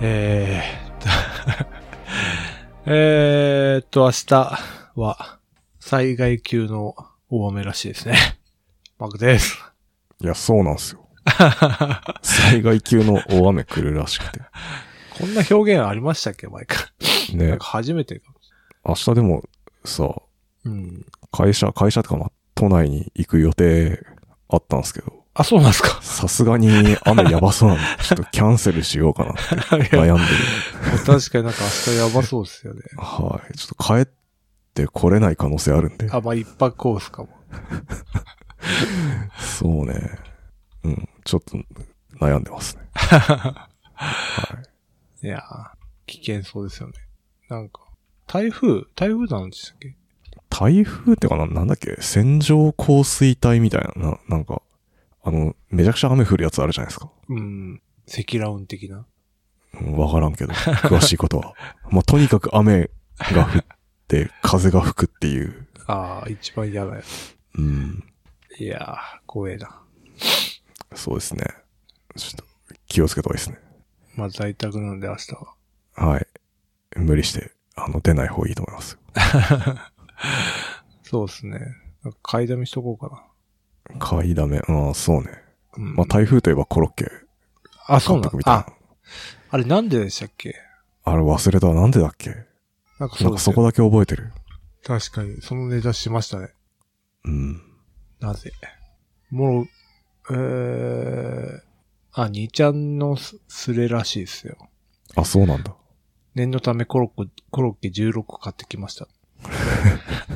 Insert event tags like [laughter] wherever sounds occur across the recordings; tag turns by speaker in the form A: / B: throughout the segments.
A: えーっと [laughs] えーっと、明日は災害級の大雨らしいですね。 [laughs] マクです。
B: いや、そうなん
A: [laughs]
B: ですよ。災害級の大雨来るらしく
A: こんな表現ありましたっけ前から。
B: て。
A: なん
B: ね
A: か、初めてかもし
B: 明日でもさ、
A: れない。うん。
B: 会社、会社とかまあ、都内に行く予定あったんですけど、
A: あ、そうなんですか
B: さすがに雨やばそうなん
A: [laughs]
B: で、ちょっとキャンセルしようかなって
A: いや
B: 悩んでる。
A: [laughs] 確かになんか明日やばそうですよね。
B: はい。ちょっと帰ってこれない可能性あるんで。
A: あ、まあ、一泊コースかも。
B: そうね。うん。ちょっと悩んでますね。はい。
A: いやー、危険そうですよね。なんか、台風、台風なんでしたっけ
B: 台風ってかな、なんだっけ線状降水帯みたいな、ななんか、あの、めちゃくちゃ雨降るやつあるじゃないですか。
A: うん。積乱雲的な。
B: うんわからんけど、詳しいこ
A: [laughs]
B: とは。まあ、とにかく雨が降って、風が吹くっていう。
A: ああ、一番嫌なやつ。
B: うん。
A: いやー、怖えな。
B: そうですね。ちょっと、気をつけた方がいいですね。
A: まあ、在宅なんで明日は。
B: はい。無理して、あの、出ない方がいいと思います。
A: そうですね。なんか買いだめしとこうか
B: 買いだめ。ああ、そうね。
A: な。うん
B: まあ、台風といえばコロッケ
A: あ、そう
B: 監
A: なん
B: 督みたいな
A: あ、。あれなんででしたっけ
B: あれ忘れた。なんでだっけ
A: なんかそ
B: な
A: うんで
B: か
A: す
B: そ
A: ね
B: こだけ覚えてる。
A: 確かに、そのネタしましたね。
B: うん。
A: なぜもう、えー、あ、兄ちゃんのススレらしいですよ。
B: あ、そうなんだ。
A: 念のためコロッココロッケ16個買ってきま
B: [laughs]
A: した。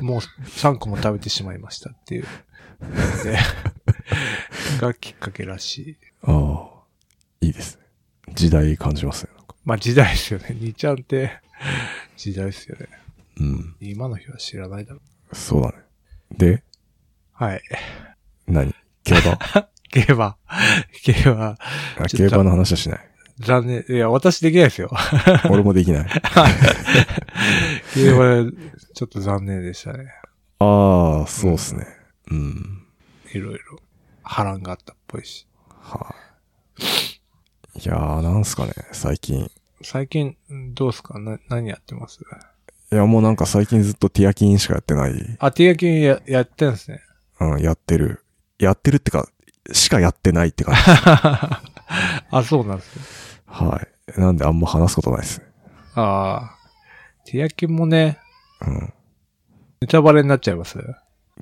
A: もう3個も食べてしまいましたっていう。で、 [laughs] がきっかけらしい。
B: ああ、いいですね。時代感じますね。なんか
A: まあ時代ですよね。兄ちゃんって時代ですよね。
B: うん。
A: 今の日は知らないだろう。
B: そうだね。で、
A: はい。 [laughs]
B: 何競馬
A: 競馬。競馬。
B: あ競馬の話はしない。
A: 残念。いや、私できないですよ。 [laughs]
B: [laughs] 俺もできない。
A: 競馬、ちょっと残念でしたね。
B: ああ、そうっすね。うん。
A: いろいろ。波乱があったっぽいし。
B: はい、いやー、なんすかね、最近。
A: 最近、どうすかな、何やってます
B: いや、もうなんか最近ずっとティアキンしかやってない。
A: あ、手焼きや、やってんですね。
B: うん、やってる。やってるってか、しかやってないって感 [laughs] じ。
A: あ、そうなんですね。
B: はい。なんであんま話すことないですね。
A: ああ。手焼きもね、
B: うん。
A: ネタバレになっちゃいます。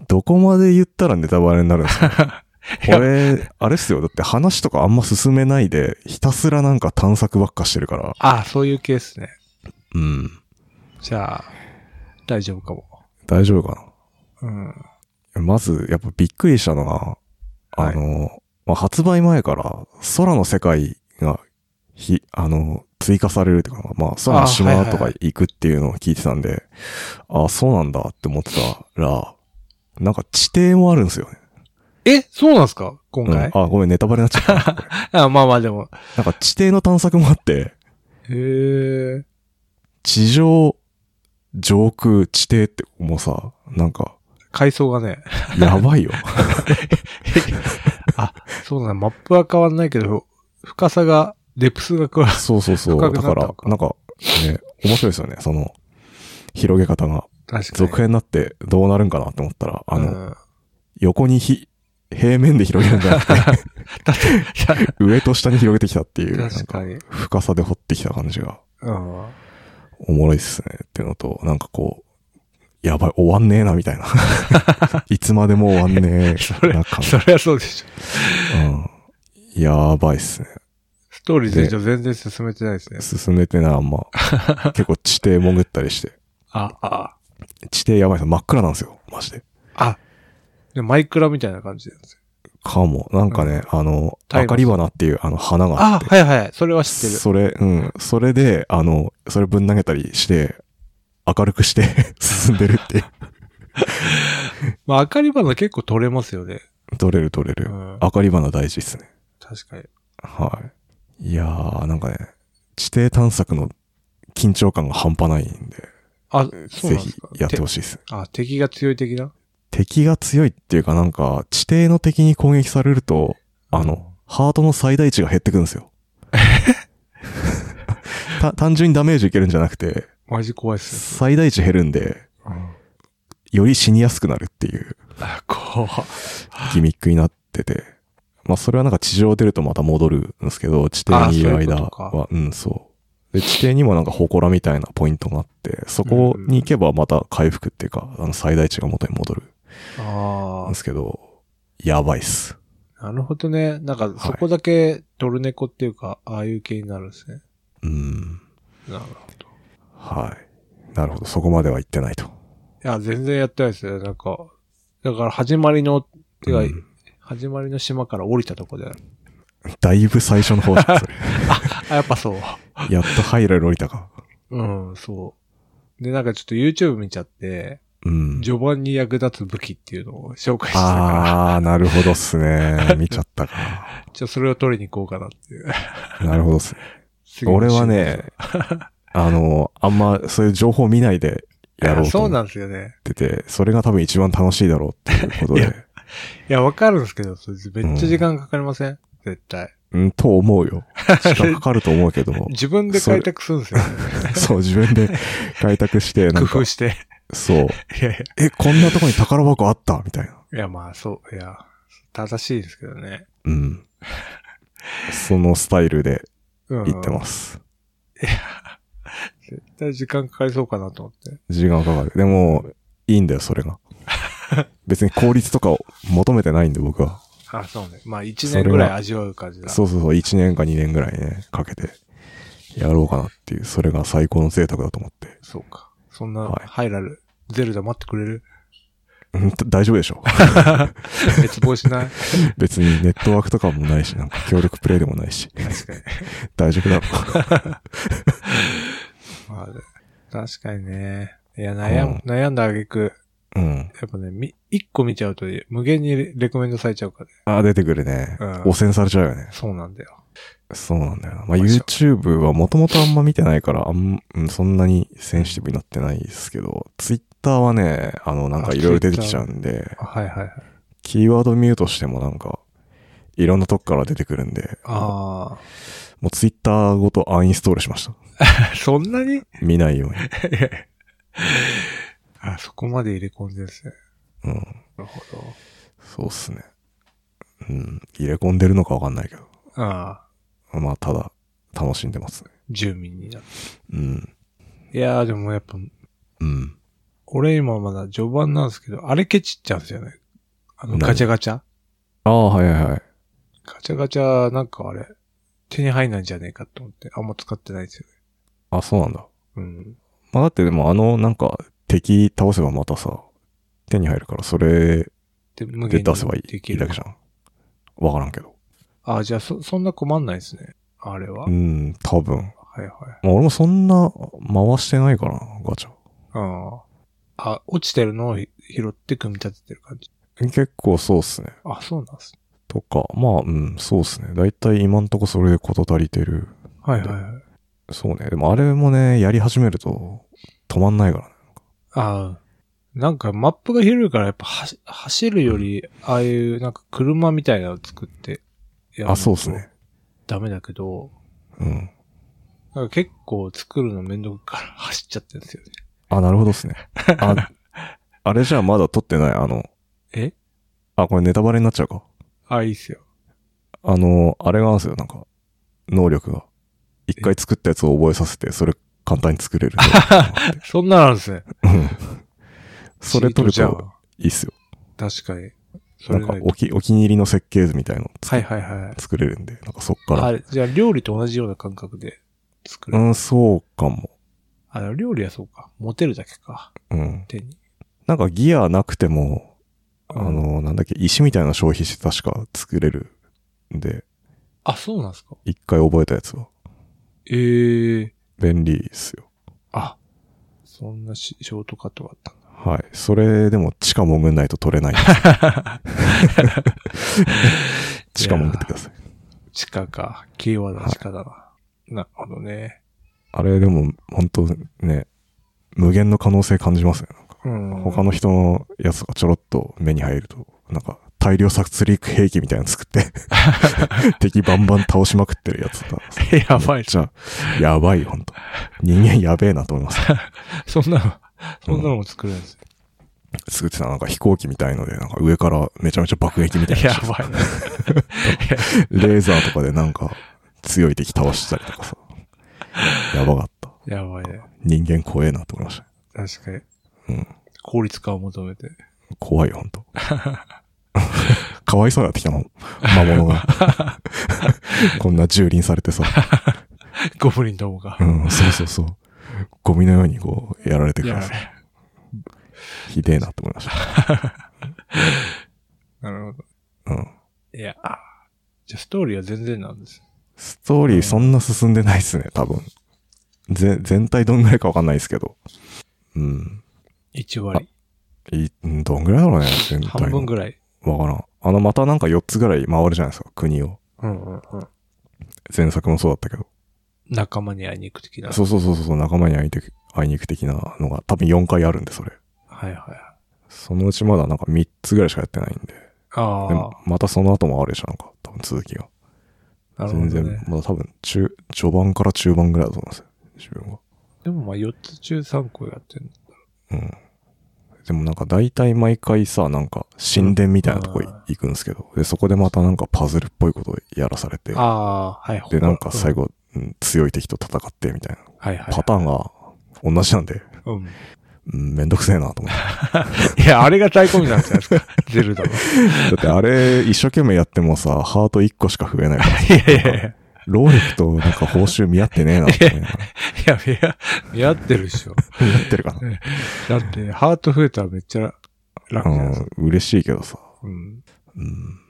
B: どこまで言ったらネタバレになるんです [laughs] か
A: いや
B: 俺、あれっすよ。だって話とかあんま進めないで、ひたすらなんか探索ばっかしてるから。
A: ああ、そういうケースね。
B: うん。
A: じゃあ、大丈夫かも。
B: 大丈夫か
A: うん。は
B: なまず、やっぱびっくりしたのが、あ
A: い。
B: の、まあ、発売前から空の世界が、ひ、あの、追加されるっていうか、まあ、空の
A: あはい
B: 島
A: はい
B: とか行くっていうのを聞いてたんで、あ、そうなんだって思ってたら、なんか地底もあるんですよね。
A: え、そうなんですか今
B: うん、
A: 回、
B: あ、ごめん、ネタバレになっちゃ [laughs] った。
A: あまあまあでも。
B: なんか地底の探索もあって、
A: へえ。
B: 地上、上空、地底って、もうさ、なんか、
A: 階層がね。
B: やばいよ。
A: あ、そうなんだ。マップは変わんないけど、深さが、デプスが加わる。
B: [laughs] そうそうそう。
A: 深くな
B: だ
A: ったの
B: か、
A: から
B: なんか、ね、面白いですよね、その、広げ方が。
A: 確かに。
B: 続編になってどうなるんかなって思ったら、あの、
A: うん
B: 横にひ、平面で広げるんじゃ
A: [laughs]
B: なくて、 [laughs] 上と下に広げてきたっていう、なん
A: 確
B: か
A: かに。
B: 深さで掘ってきた感じが
A: うん。
B: おもろいっすねっていうのと、なんかこう、やばい、終わんねえなみた
A: [laughs]
B: いな。いつまでも終わんね
A: そ [laughs]
B: え
A: れ
B: な感じ。
A: そりゃそうでしょ。
B: うん。やばいっすね。
A: ストーリーでじゃ全然進めてないですね。
B: 進めてない、あ
A: [laughs]
B: んま。結構地底潜ったりして。
A: あ、あ、
B: 地底やばいっす真っ暗なんですよ、マジで。
A: あ。でマイクラみたいな感じなんですよ。
B: かも。なんかね、あの、
A: タイム
B: 明かり花っていうあの花があっ
A: あ
B: て、
A: はいはい。それは知ってる。
B: それ、うん。それで、あの、それぶん投げたりして、明るくして [laughs] 進んでるっていう。
A: まあ、明かり花結構取れますよね。
B: 取れる取れ
A: う
B: る。
A: ん。
B: 明かり花大事ですね。
A: 確かに。
B: はい。いやー、なんかね、地底探索の緊張感が半端ないんで、
A: あ、そう
B: ぜ
A: なんで
B: ひ
A: すか。
B: やってほ
A: しい。
B: しいですね。
A: あ、敵が強い的な
B: 敵が強いっていうかなんか、地底の敵に攻撃され
A: [laughs]
B: ると、あの、ハートの最大値が減ってくんですよ。た単純にダメージ受けるんじゃなくて、
A: マジ怖いっす
B: 最大値減るんで、
A: ね。うん
B: より死にやすくなるっていう
A: あ、怖っ
B: ギミックになってて、まあそれはなんか地上出るとまた戻るんですけど、地底にいる
A: あそういうこ
B: 間
A: とか
B: は、うん、そう。で、地底にもなんか祠みたいなポイントがあって、そこに行けばまた回復っていうか、あの最大値が元に戻るん
A: あ
B: ですけど、やばいっす。
A: あ、なるほどね。なんか、そこだけ、ドル猫っていうか、ああいう系になるんですね。
B: うん。
A: なるほど。
B: はい。なるほど。そこまでは行ってないと。
A: いや、全然やってないですよ。なんか、だから始まりの、てか、
B: うん
A: 始まりの島から降りたとこで。
B: だいぶ最初の方じゃん、そ
A: [laughs]
B: れ。
A: あ、やっぱ
B: [laughs]
A: そう。
B: やっとハイラル降りたか。
A: うん、そう。で、なんかちょっと YouTube 見ちゃって、
B: うん。
A: 序盤に役立つ武器っていうのを紹介してたか
B: あー、なるほどっすね。見ちゃったか。
A: ら、ちょ、それを取りに行こうかなっていう。
B: なるほどっすね。
A: 次の
B: 俺はね、あの、あんまそういう情報見ないで
A: 週、
B: やろうと
A: そう
B: 思っ
A: なんですよね。
B: てて、それが多分一番楽しいだろうっていうこ
A: [laughs]
B: と
A: い
B: で
A: や、いや、わかるんですけど、それめっちゃ時間かかりません、絶対。
B: うん、と思う
A: [laughs]
B: よ。時間かかると思うけど、
A: 自分で開拓するんですよ。
B: そう、自分で開拓して、な
A: 工
B: んか
A: 夫、して。 [laughs]
B: そう、
A: いやいや。
B: え、こんなとこに宝箱あったみたいな。
A: いや、まあ、そう、いや、正しいですけどね。
B: うん。そのスタイルで
A: うん
B: 行ってます。
A: 絶対時間かかりそうかなと思って。
B: 時間かかる。でも、いいんだよ、それが。別に効率とかを求めてないんで、僕は。
A: あ、そうね。まあ、一年ぐらい味わう感じだ。
B: そうそうそう、1年か2年ぐらいね、かけて、やろうかなっていう、それが最高の贅沢だと思って。
A: そうか。そんな、
B: はい
A: ハイラル、ゼルダ待ってくれる [laughs]
B: うんと大丈夫でしょ [laughs]
A: 滅亡しない
B: 別にネットワークとかもないし、なんか協力プレイでもないし、
A: 確かに。
B: [laughs] 大丈夫だろ [laughs]
A: まあね、確かにね。いや、悩む、悩んだあげく、
B: う。うん。
A: やっぱね、み、一個見ちゃうと無限にレレコメンドされちゃうからね。
B: あー、出てくるね
A: うん。
B: 汚染されちゃうよね。
A: そうなんだよ。
B: そうなんだよな。まあ、
A: よいしょ
B: YouTube はもともとあんま見てないから、あん、うんそんなにセンシティブになってないですけど、Twitter はね、あの、なんかいろいろ出てきちゃうんで、
A: あはいはいはい。
B: キーワードミュートしてもなんか、いろんなとこから出てくるんで、
A: あ
B: もうツイッターごとアンインストールしました。
A: あ。 [laughs] そんなに
B: 見ないように。
A: あ、そこまで入れ込んでるんですね。 [laughs]
B: うん。
A: なるほ
B: そうっすね。うん。入れ込んでるのかわかんないけど。
A: ど。ああ。
B: まあ、ただ、楽しんでますね。
A: 住民になっ
B: うん。
A: て。いやーでもやっぱ、
B: うん。
A: 俺今まだ序盤なんですけど、あれケチっちゃうんですよね。あの、
B: 何
A: ガチャガチャ
B: ああ、はいはいはい。
A: ガチャガチャ、なんかあれ、手に入んないんじゃねえかと思って、あんま使ってないんですよね。
B: あ、そうなんだ。
A: うん。
B: まあ、だってでもあの、なんか、敵倒せばまたさ、手に入るから、それ
A: で、無
B: で
A: 限
B: 出せばい
A: にで
B: い
A: き
B: いいだ
A: る
B: け。じゃん。わからんけど。
A: あ、じゃあ、そ、そんな困んないですね。あれは。
B: うん、多分。
A: はいはい。
B: まあ、俺もそんな、回してないからな、ガチャ。
A: ああ。あ、落ちてるのをひ拾って組み立ててる感じ。
B: 結構そうっすね。
A: あ、そうなんですね。
B: とか、まあ、うん、そうっすね。だいたい今んとこそれで事足りてる。
A: はいはいはい。
B: そうね。でもあれもね、やり始めると止まんないからね。
A: ああ。なんかマップが広いからやっぱはし走るより、ああいうなんか車みたいなのを作ってやらないと
B: あ、そうっすね。
A: ダメだけど、
B: うん。
A: なんか結構作るのめんどくから [laughs] 走っちゃってるんですよね。
B: あ、なるほどっすね。
A: [laughs]
B: あ、あれじゃあまだ撮ってない。あの、
A: え
B: あ、これネタバレになっちゃうか。
A: あ、いいっすよ。
B: あの、あれがあるんですよ、なんか、能力が。一回作ったやつを覚えさせて、それ簡単に
A: [laughs]
B: 作れる。
A: そんなのあるんですね。
B: うんそれ
A: チート
B: 撮る
A: じゃん
B: といいっすよ。
A: 確かに。そ
B: な
A: れ
B: んか
A: ね
B: お気、お気に入りの設計図みたいの
A: はいはいはい。
B: 作れるんで、なんかそっから
A: あ。れ、じゃあ料理と同じような感覚で作る。
B: うん、そうかも。
A: あの、料理はそうか。持てるだけか。
B: うん。
A: 手に。
B: なんかギアなくても、
A: うん
B: あの、なんだっけ、石みたいなの消費して確か作れるんで、
A: あ、そうなんですか。
B: 一回覚えたやつは。
A: ええ
B: 便利っすよ。
A: あ、そんなしショートカットがあったんだ。
B: はい。それでも地下潜んないと取れない。地下潜ってください。
A: 地下か。キーワードは地下だな。なるほどね。
B: あれでも、本当ね、無限の可能性感じますね。なんか
A: うん。
B: 他の人のやつがちょろっと目に入ると、なんか大量殺戮兵器みたいなの作って、敵バンバン倒しまくってるやつだったんです。
A: [laughs] やばい。
B: じゃあ、やばいよ、ほんと。人間やべえなと思います。
A: [laughs] そんなの、そんなのも作るんです。
B: 作ってたなんか飛行機みたいので、なんか上からめちゃめちゃ爆撃みたいな
A: や
B: のして。
A: ばい。
B: レーザーとかでなんか強い敵倒したりとかさ。やばかった。
A: やばいね。
B: 人間怖えなと思いました。
A: 確かに。
B: うん。
A: 効率化を求めて。
B: 怖いよ、ほ
A: [laughs]
B: んと。かわいそうになってきたもん。魔
A: [laughs]
B: 物が。こんな蹂躙されてさ。
A: ゴブリンどもが
B: う。ん、そうそうそう。ゴミのようにこう、やられてく
A: やば
B: る
A: い。
B: ひでえなと思いました。
A: なるほ
B: うん。
A: ど。いや、あじゃあストーリーは全然なんです。
B: ストーリーそんな進んでないっすね、多分。ぜ、全体どんぐらいかわかんないですけど。うん。
A: 1割。
B: い、うんどんぐらいだろうね、全体の。
A: 半分ぐらい。
B: わからん。あの、またなんか4つぐらい回るじゃないですか、国を。
A: うんうんうん。
B: 前作もそうだったけど。
A: 仲間に会いに行く的な。
B: そうそうそうそう、仲間に会いてく会いに行く的なのが多分4回あるんで、それ。
A: はいはいはい。
B: そのうちまだなんか3つぐらいしかやってないんで。で
A: あ
B: またその後もあるでしょ、なんか。多分続きが。
A: あ、なるほ
B: 全
A: ど
B: 然
A: ね、。
B: まだ多分中、序盤から中盤ぐらいだと思いますよ。自分は。
A: でもまあ4つ中3個やってる
B: うん。でもなんか大体毎回さ、なんか神殿みたいなとこ
A: うん
B: 行くんですけど、で、そこでまたなんかパズルっぽいことをやらされて、
A: ああ、はい。
B: で、なんか最
A: 後。
B: 後、うん強い敵と戦ってみたいな。
A: はいはい。
B: パターンが同じなんで、
A: うん。
B: うん、めんどくせえなと思って。
A: いや、あれが醍醐味なんじゃないですか。 [laughs] ゼルダの。い
B: だってあれ、一生懸命やってもさ、ハート1個しか増えないから、
A: や [laughs] いやいや。い
B: 労力となんか報酬見合ってねえなって思い
A: [laughs]
B: ながら
A: や、見合見合ってるでしょ。
B: 見合ってるかな。
A: だって、ハート増えたらめっちゃ楽じゃないですか。
B: うん、嬉しいけどさ。
A: うん。
B: うん。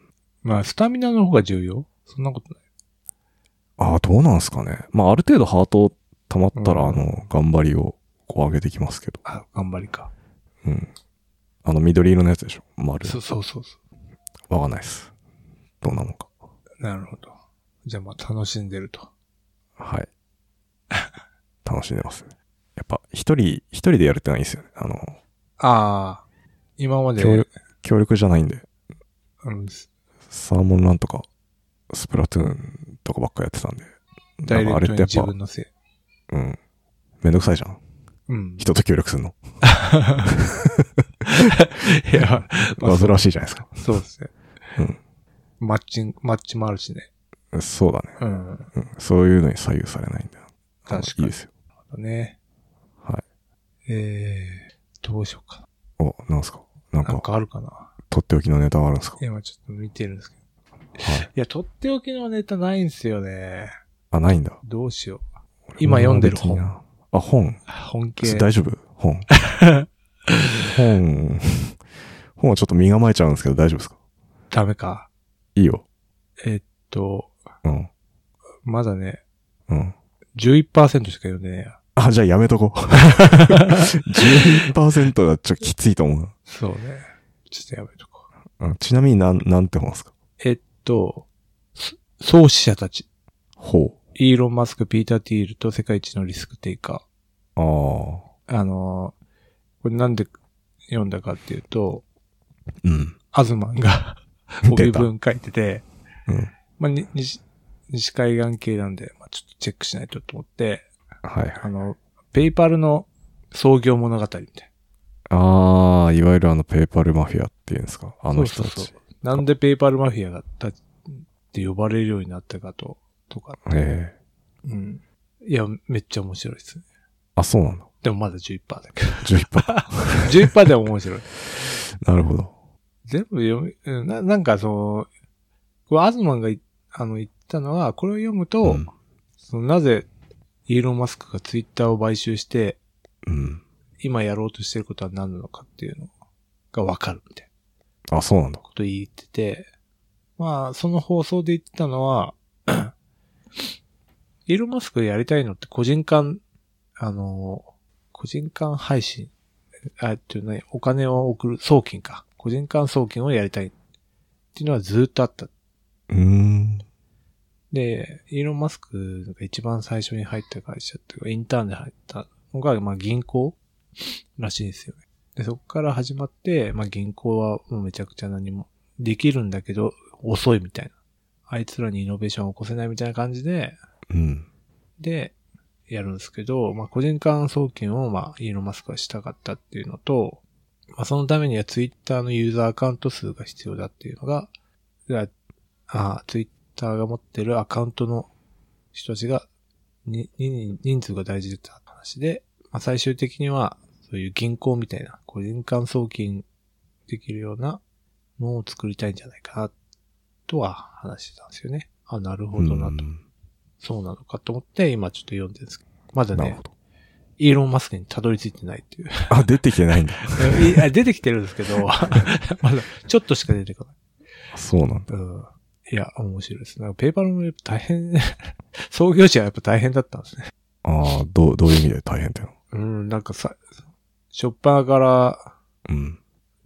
A: まあ、スタミナの方が重要そんなことない。
B: ああ、どうなんすかね。まあ、ある程度ハート溜まったら、
A: うん
B: あの、頑張りをこう上げてきますけど。
A: あ、頑張りか。
B: うん。あの、緑色のやつでしょ。丸。
A: そうそうそうそ
B: わかんないっす。どうなのか。
A: う。なるほど。じゃあまあ、楽しんでると。
B: はい。 [laughs] 楽しんでますね。やっぱ、一人、一人でやるってのはいいですよね。あの、
A: ああ、今ま
B: 協
A: で
B: 力、協力じゃないんで、
A: うん
B: サーモンランとか、スプラトゥーンとかばっかやってたんで、
A: ダイレ
B: なんかあ
A: ク
B: れ
A: ト
B: っ
A: に
B: てや
A: 自
B: っぱ
A: 分、のせい。
B: うん。めんどくさいじゃん。 [laughs]
A: うん。
B: 人と協力するの。
A: いや、まあ
B: 煩わしいじゃないですか。
A: そうですね。
B: うん。
A: マッチング、マッチもあるしね。
B: そうだね。
A: うん。
B: うん。そういうのに左右されないんだよ。あの
A: 確かに
B: いいですよ。
A: ね。。
B: はい
A: えー、どうしようか
B: お、なんすかなん
A: な。なん
B: か、
A: かあるかな。
B: とっておきのネタがあるんですか
A: 今ちょっと見てるんですけど。
B: はい。
A: いや、とっておきのネタないんすよね。
B: あ、ないんだ。
A: どうしよう。今読んでる本。
B: 俺も別にな。あ、本。
A: 本系。
B: 大丈夫本。 [laughs] 本、本はちょっと身構えちゃうんですけど大丈夫ですか
A: ダメか。
B: いいよ。
A: えっと、
B: うん。
A: まだね、
B: うん。
A: 11%しか読んでねえや。
B: あ、じゃあやめとこ
A: [laughs]
B: う。12%はちょっときついと思う
A: そうね。ちょっとやめとこう。
B: うん。ちなみになん、なんて本ですか
A: えっと、そ創始者たち。
B: ほ
A: イーロン・マスク、ピーター・ティールと世界一のリスクテイカー。
B: う。あ
A: あのーこれなんで読んだかっていうと、
B: あ。うん。
A: アズマンが
B: [laughs] 出
A: 帯
B: た。
A: 文書いてて、
B: うん。
A: まあ、に西西海岸系なんで、まあ、ちょっとチェックしないとと思って、
B: はい
A: あ
B: はい。
A: の、ペイパルの創業物語みたい
B: ああ、いわゆるあのペーパルマフィアっていうんですかあ
A: な。
B: の人た
A: そうそう
B: ち
A: そ。うなんでペイパルマフィアだったって呼ばれるようになったかと、とか。
B: ええ。
A: うん。いや、めっちゃ面白いですね。
B: あ、そうなんだ。
A: でもまだ11%だけど。
B: 11%。
A: 11%でも面白い。
B: なるほど。
A: 全部読み、うんななんかその、これアズマンがいあの言ったのは、これを読むと、
B: うん
A: そのなぜイーロン・マスクがツイッターを買収して、
B: うん。
A: 今やろうとしてることは何なのかっていうのがわかるみたいな
B: あ、そうなんだ。
A: こと言ってて、まあ、その放送で言ってたのは、 [clears throat] イーロン・マスクがやりたいのって個人間、あの、個人間配信、あ、えっとね、お金を送る送金か。個人間送金をやりたいっていうのはずっとあった。
B: うーん。
A: で、イーロン・マスクが一番最初に入った会社っていうか、インターンで入ったのが、まあ銀行らしいんですよね。で、そこから始まって、まあ銀行はもうめちゃくちゃ何も、できるんだけど、遅いみたいな。あいつらにイノベーションを起こせないみたいな感じで、
B: うん。
A: で、やるんですけど、まあ、個人間送金を、まあ、イーロンマスクはしたかったっていうのと、まあ、そのためにはツイッターのユーザーアカウント数が必要だっていうのが、があツイッターが持ってるアカウントの人たちが、に、に人数が大事だった話で、まあ、最終的には、そういう銀行みたいな、個人間送金できるようなのを作りたいんじゃないかな、とは話してたんですよね。あ、なるほどなと。
B: うん
A: そうなのかと思って、今ちょっと読んでるんですけど。まだ
B: なる
A: ね
B: ほ、ど。
A: イーロン・マスクにたどり着いてないっていう。 [laughs]
B: あ、出てきてないんだ。
A: いや出てきてるんですけど、 [laughs] まだちょっとしか出てこない。
B: そうなんだ。
A: うん、いや、面白いですね。ペーパーも大変、 [laughs] 創業者はやっぱ大変だったんですね。
B: ああ、どう、どういう意味で大変だよ。
A: うん、なんかさ、ショッパーから、
B: うん。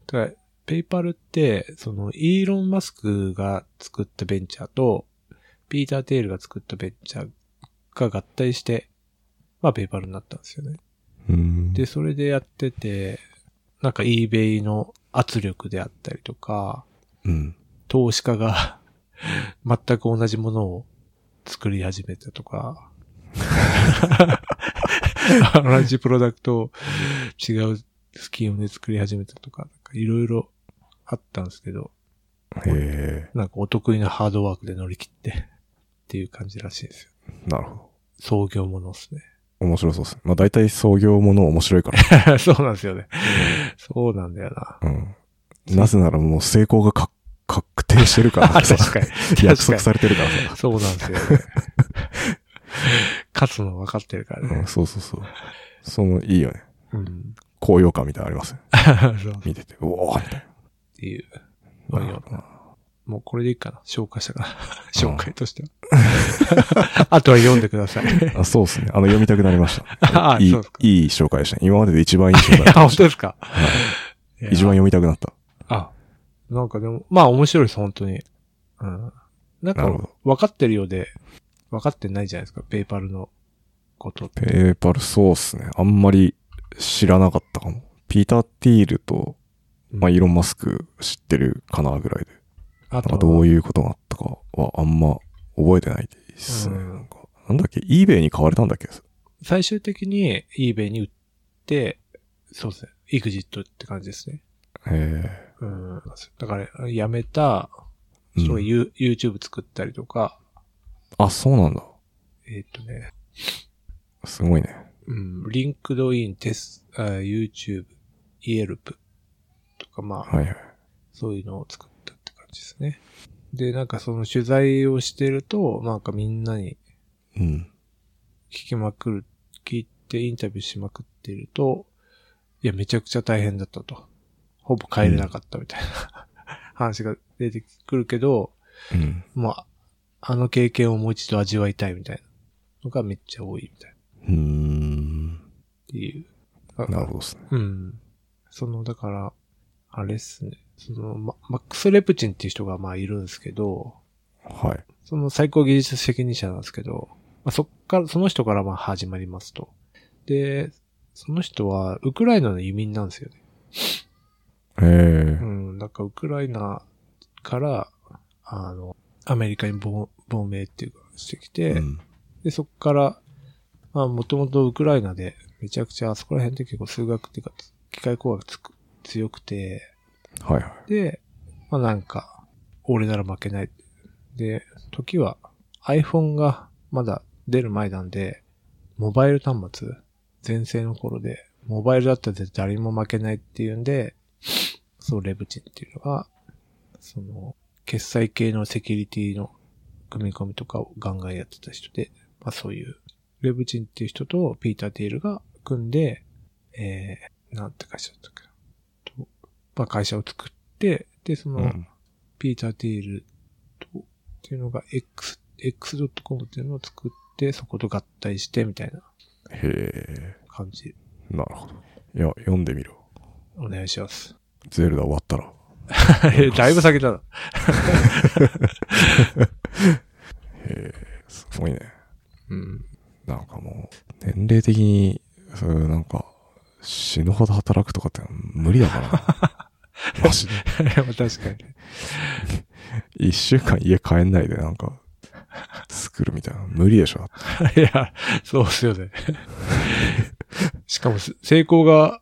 A: だからペイパルって、その、イーロン・マスクが作ったベンチャーと、ピーター・テールが作ったベンチャーが合体して、まあ、ペイパルになったんですよね。
B: うん。
A: で、それでやってて、なんか eBay の圧力であったりとか、
B: うん。
A: 投資家が [laughs] 全く同じものを作り始めたとか、 [laughs] 同じプロダクトを違うスキームで作り始めたとか、なんかいろいろあったんですけど、
B: へえ、
A: なんかお得意なハードワークで乗り切ってっていう感じらしいですよ。
B: なるほど。
A: 創業ものですね。 [laughs]
B: 面白そうですね。まあ大体創業もの面白いから。
A: そうなんですよね。そうなんだよな。
B: うん。なぜならもう成功がか確定してるからさ。
A: [laughs] 確かに。
B: [laughs] 約束されてるからさ。
A: そうなん [laughs] ですよ、ね。勝つの分かってるから
B: う
A: ね
B: ん、。そうそうそう。その、いいよね。
A: うん。
B: 高揚感みたいなのありますね。
A: そうっ
B: 見てて。うおーみたい
A: ていう。
B: な。
A: まもうこれでいいかな。紹介したかな。紹介としては。 [laughs] あとは読んでください。
B: あそうですね。あの、読みたくなりました。
A: [laughs] ああ、
B: いい
A: そうです、
B: いい紹介でしたね。今までで一番いい紹介。
A: か。あ、本当ですか。いや
B: 一番読みたくなった。
A: あ、なんかでも、まあ面白いです、本当に。うん。なん
B: なる
A: か
B: ほど、
A: 分かってるようで、分かってないじゃないですか、ペイパルのことって。
B: ペーパル、そうっすね。あんまり知らなかったかも。ピーター・ティールと、まあ、イーロン・マスク知ってるかなぐらいで。
A: あ
B: なんか
A: と、
B: どう
A: いう。
B: いうことがあったかはあんま覚えてないですね。
A: うん
B: なんか、なんだっけ ?eBay に買われたんだっけ
A: 最終的に eBay に売って、そうですね、EXIT って感じですね。
B: え
A: うん。だから、やめた、
B: え
A: そう、ユー YouTube 作ったりとか、
B: あ、そうなんだ。
A: えーっ、とね、
B: すごいね。
A: うん、リンクドイン、テス、あ YouTube、イエルプとか、まあ、
B: はいはい。
A: そういうのを作ったって感じですね。で、なんかその取材をしてると、なんかみんなに
B: うん。
A: 聞きまくる、聞いてインタビューしまくってると、いや、めちゃくちゃ大変だったと。ほぼ帰れなかったみたいな、 [laughs] 話が出てくるけど、
B: うん。
A: もう、あの経験をもう一度味わいたいみたいなのがめっちゃ多いみたいな。っ
B: うーん。
A: ていう。
B: なるほどっすね。
A: うん。その、だから、あれっすね。その、ママックス・レプチンっていう人がまあいるんですけど、
B: はい。
A: その最高技術責任者なんですけど、まあ、そっから、その人からまあ始まりますと。で、その人はウクライナの移民なんですよね。
B: ええ
A: うん、なんかウクライナから、あの、アメリカに亡亡命っていうかしてきて、
B: うん。
A: で、そこから、まあ、もともとウクライナで、めちゃくちゃあそこら辺って結構数学っていうか、機械工学つく強くて、
B: はいはい。
A: で、まあなんか、俺なら負けない。で、時は iPhone がまだ出る前なんで、モバイル端末、前世の頃で、モバイルだったら絶対誰にも負けないっていうんで、そう、レブチンっていうのが、その、決済系のセキュリティの組み込みとかをガンガンやってた人で、まあそういう、レブチンっていう人とピーター・テイルが組んで、えー、なんて会社だったっけなと、まあ会社を作って、で、そうの、
B: ん。
A: ピーター・テイルと、っていうのが X、X.com っていうのを作って、そこと合体して、みたいな
B: へえ
A: 感じ。
B: なるほど。いや、読んでみろ。
A: お願いします。
B: ゼルダ終わったら。
A: え [laughs] だいぶ先だな。
B: すごいね。
A: うん。
B: なんかもう、年齢的に、そういうなんか、 [laughs] 死ぬほど働くとかって無理だからな。マジで。
A: [laughs] 確かにね。
B: 一週間家帰んないでなんか、作るみたいな。無理でしょ。
A: いや、そうっすよね。 [laughs] しかもせ、成功が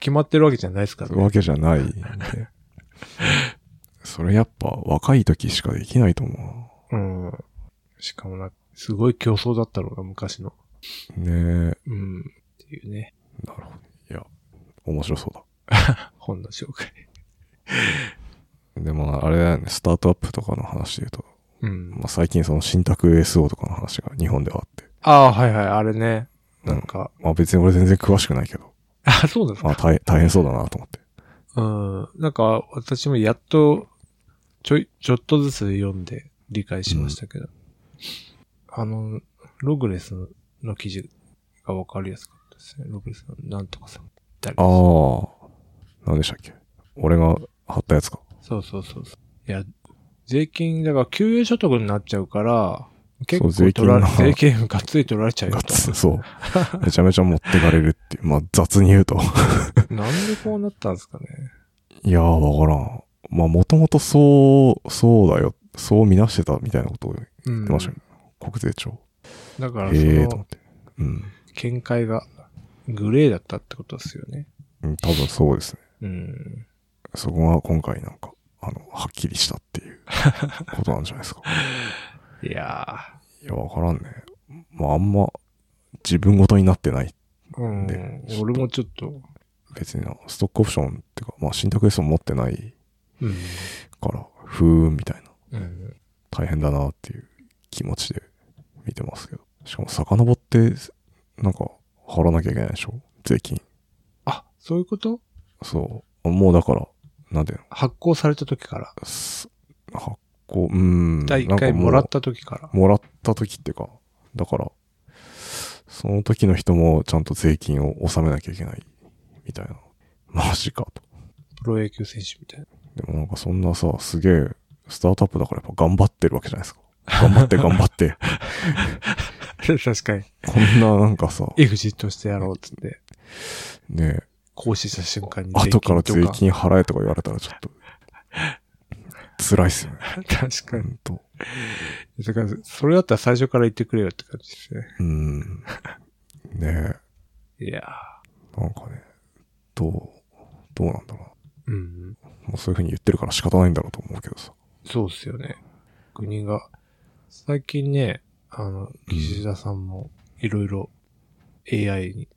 A: 決まってるわけじゃないですからね。
B: わけじゃないんで。それやっぱ若い時しかできないと思
A: うん。しかもな、すごい競争だったろうな、昔の。
B: う。ね
A: うん。っていうね、
B: え。なるほど。いや、面白そうだ。
A: 本の紹介。
B: でも、あれだよね、スタートアップとかの話で言うと、
A: うん。
B: まあ、最近その信託 SO とかの話が日本ではあって。
A: ああ、はいはい、あれね。なんか、
B: まあ別に俺全然詳しくない
A: [laughs]
B: けど、
A: あ、そうなんですか
B: まあ大大変そうだなと思って。
A: うん。なんか、私もやっと、ちょい、ちょっとずつ読んで理解しましたけど。あの、ログレスの記事がわかりやすかったですね。ログレスのなんとかさん。誰
B: ああ、なんでしたっけ俺が貼ったやつか。
A: そうそうそうそう。いや、税金、だから、給与所得になっちゃうから、結構
B: そう税金
A: 取ら
B: が
A: 税金がっつり取られちゃうよ
B: ガッ
A: と。
B: ツ、 [laughs] そう。めちゃめちゃ持ってかれるっていう。まあ雑に言うと。 [laughs]
A: なんでこうなったんですかね。
B: いやー、わからん。まあもともとそう、そうだよ。そう見なしてたみたいなことを言っ
A: うん。
B: てましたよ、国税庁。
A: だから、そ
B: へえ、と思
A: の
B: っ、て。うん。
A: 見解がグレーだったってことですよね。
B: うん多分そうですね。
A: うん。
B: そこが今回なんか、あの、はっきりしたっていうことなんじゃな
A: [laughs]
B: いですか。
A: いや
B: いや、わからんね。まあ、あんま、自分ごとになってない。
A: ー。うん
B: で。
A: 俺もちょっと、
B: 別にな、ストックオプションっていうか、まあ、信託 S を持ってない
A: うん。
B: から、ふーんみたい
A: う
B: な、
A: ん。
B: 大変だなっていう気持ちで見てますけど。しかも、遡って、なんか、払わなきゃいけないでしょ税金。
A: あ、そういうこと
B: そう。もうだから、なんていう
A: 発行された時から。
B: の、す発行、うーん。
A: 第
B: な
A: 1
B: んか
A: 回
B: う
A: もらった時から。
B: もらった時っていうか、だから、その時の人もちゃんと税金を納めなきゃいけない、みたいな。マジかと。
A: プロ野球選手みたいな。
B: でもなんかそんなさ、すげえ、スタートアップだからやっぱ頑張ってるわけじゃないですか。頑張 [laughs] って頑張って。
A: [laughs] 確かに。
B: こんななんかさ、
A: EXIT してやろうっつって、
B: ねえ、
A: 行使した瞬間に税金
B: 後
A: と
B: か
A: から
B: 税金払えとか言われたらちょっと、辛いっす [laughs] よね。
A: [laughs] 確か
B: う
A: に。
B: んと。
A: だから、それだったら最初から言ってくれよって感じですね。
B: うん。ね
A: いや
B: え、なんかね、どう、どうなんだろうな。
A: ー。うん。
B: もうそういう風に言ってるから仕方ないんだろうと思うけどさ。
A: そうっすよね。国が、最近ね、あの、岸田さんも、いろいろ AI に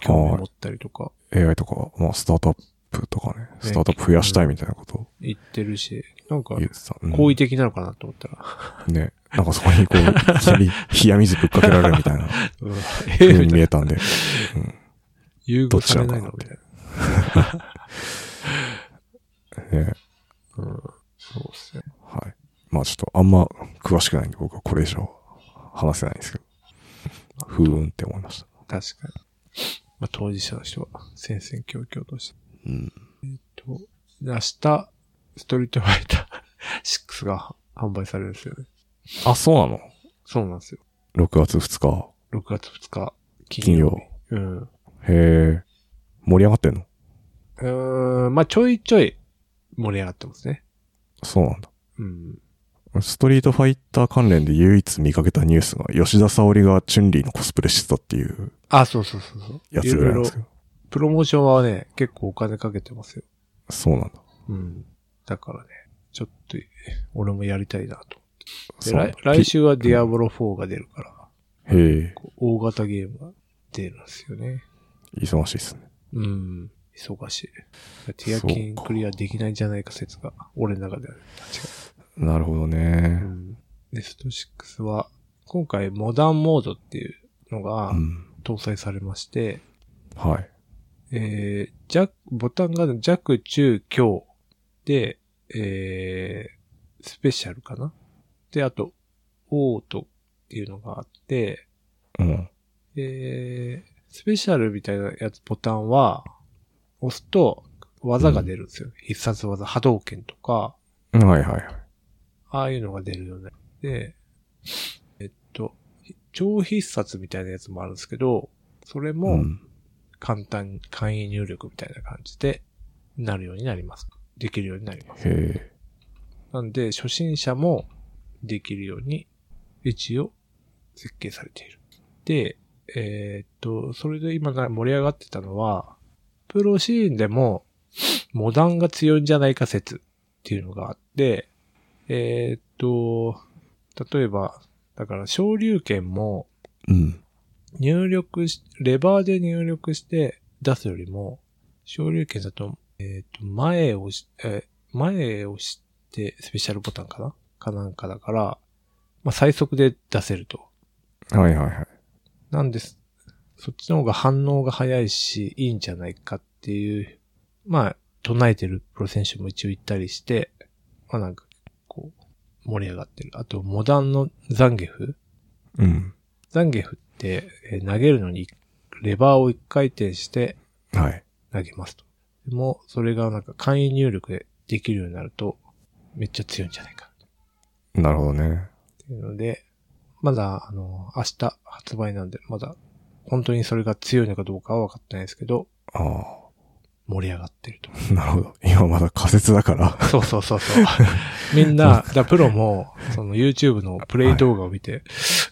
A: 興味持ったりとか、
B: AI とか、まあ、スタートアップとかね、スタートアップ増やしたいみたいなことを
A: 言ってるし、なんか
B: 言っ、てた。うん
A: 好意的なのかなと思ったら、
B: ね。なんかそこに [laughs] こう、いきなり冷や水ぶっかけられるみたいな
A: うん、
B: 風 [laughs] に見えたんで。
A: 優遇されないの
B: どっ
A: み
B: ち
A: たいな。
B: うん。ね。
A: うん。そうっすね。
B: はい。まあちょっとあんま詳しくないんで僕はこれ以上話せないんですけど。ふーんって思いました。
A: 確かに。まあ、当事者の人は戦々恐々として。
B: うん。
A: と、明日、ストリートファイター6が販売されるんですよね。
B: あ、そうなの
A: そうなんですよ。
B: ?6 月2日。
A: 6月2日、
B: 金
A: 金曜日。
B: 曜。
A: うん。
B: へえ。盛り上がってんの
A: うーん、まあ、ちょいちょい盛り上がってますね。
B: そうなんだ。
A: うん。
B: ストリートファイター関連で唯一見かけたニュースが、吉田沙保里がチュンリーのコスプレしてたっていう
A: あ、そうそうそうそう。
B: やつぐらいなんです
A: ろろ
B: けど。
A: プロモーションはね、結構お金かけてますよ。
B: そうなんだ。
A: うん。だからね、ちょっと、俺もやりたいなと。で
B: そうなん
A: 来
B: だ
A: 来週はディアボロ4が出るから、
B: へえ、
A: こう大型ゲームが出るんですよね。
B: 忙しいっすね。
A: うん。忙しい。ティアキン
B: そうか
A: クリアできないんじゃないか説が、俺の中では、ね、
B: なるほど
A: 違う。う
B: ね。
A: ん。で、スト6は、今回モダンモードっていうのが
B: うん。
A: 搭載されまして、
B: はい。
A: えー、弱、ボタンが弱、中、強で、えー、スペシャルかなで、あと、オートっていうのがあって、
B: うん。
A: えー、スペシャルみたいなやつ、ボタンは、押すと、技が出るんですよ。必殺技、波動拳とか、
B: はいはいはい。
A: ああいうのが出るようになって、えっと、超必殺みたいなやつもあるんですけど、それも、
B: ん。
A: 簡単に簡易入力みたいな感じで、なるようになります。できるようになります。
B: へえ。
A: なんで、初心者もできるように、一応、設計されている。で、えーっと、それで今な盛り上がってたのは、プロシーンでも、モダンが強いんじゃないか説っていうのがあって、えーっと、例えば、だから、昇竜拳も、
B: うん。
A: 入力し、レバーで入力して出すよりも、昇竜拳だと、えっ、と、前を押し、えー前を押して、スペシャルボタンかなかなんかだから、まあ、最速で出せると。
B: はいはいはい。
A: なんです。そっちの方が反応が早いし、いいんじゃないかっていう、まあ、唱えてるプロ選手も一応行ったりして、まあなんか、こう、盛り上がってる。あと、モダンのザンゲフ
B: うん。
A: ザンゲフって、えー投げるのにレバーを一回転して
B: はい。
A: 投げますと。でも、それがなんか簡易入力でできるようになると、めっちゃ強いんじゃないか。
B: なるほどね。
A: っていうので、まだ、あの、明日発売なんで、まだ、本当にそれが強いのかどうかは分かってないですけど、
B: あ [laughs]
A: 盛り上がってると。
B: あ。なるほど。今まだ仮説だから。
A: [laughs] そうそうそうそう。 [laughs] みんな、だプロも、その YouTube のプレイ動画を見て、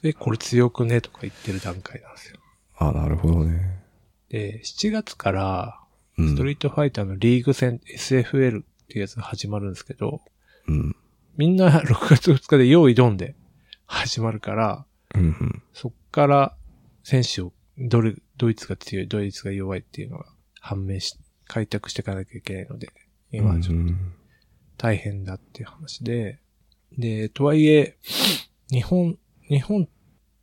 A: え、これ強くねとか言ってる段階なんですよ。
B: ああ、なるほどね。
A: で、7月から、
B: うん。
A: ストリートファイターのリーグ戦 SFL っていうやつが始まるんですけど、
B: うん。
A: みんな6月2日で用意どんで始まるから、
B: うんうん。
A: そっから選手をどれ、ドイツが強い、ドイツが弱いっていうのが判明し、開拓していかなきゃいけないので、今ちょっと
B: うん
A: 大変だっていう話で、で、とはいえ、日本、日本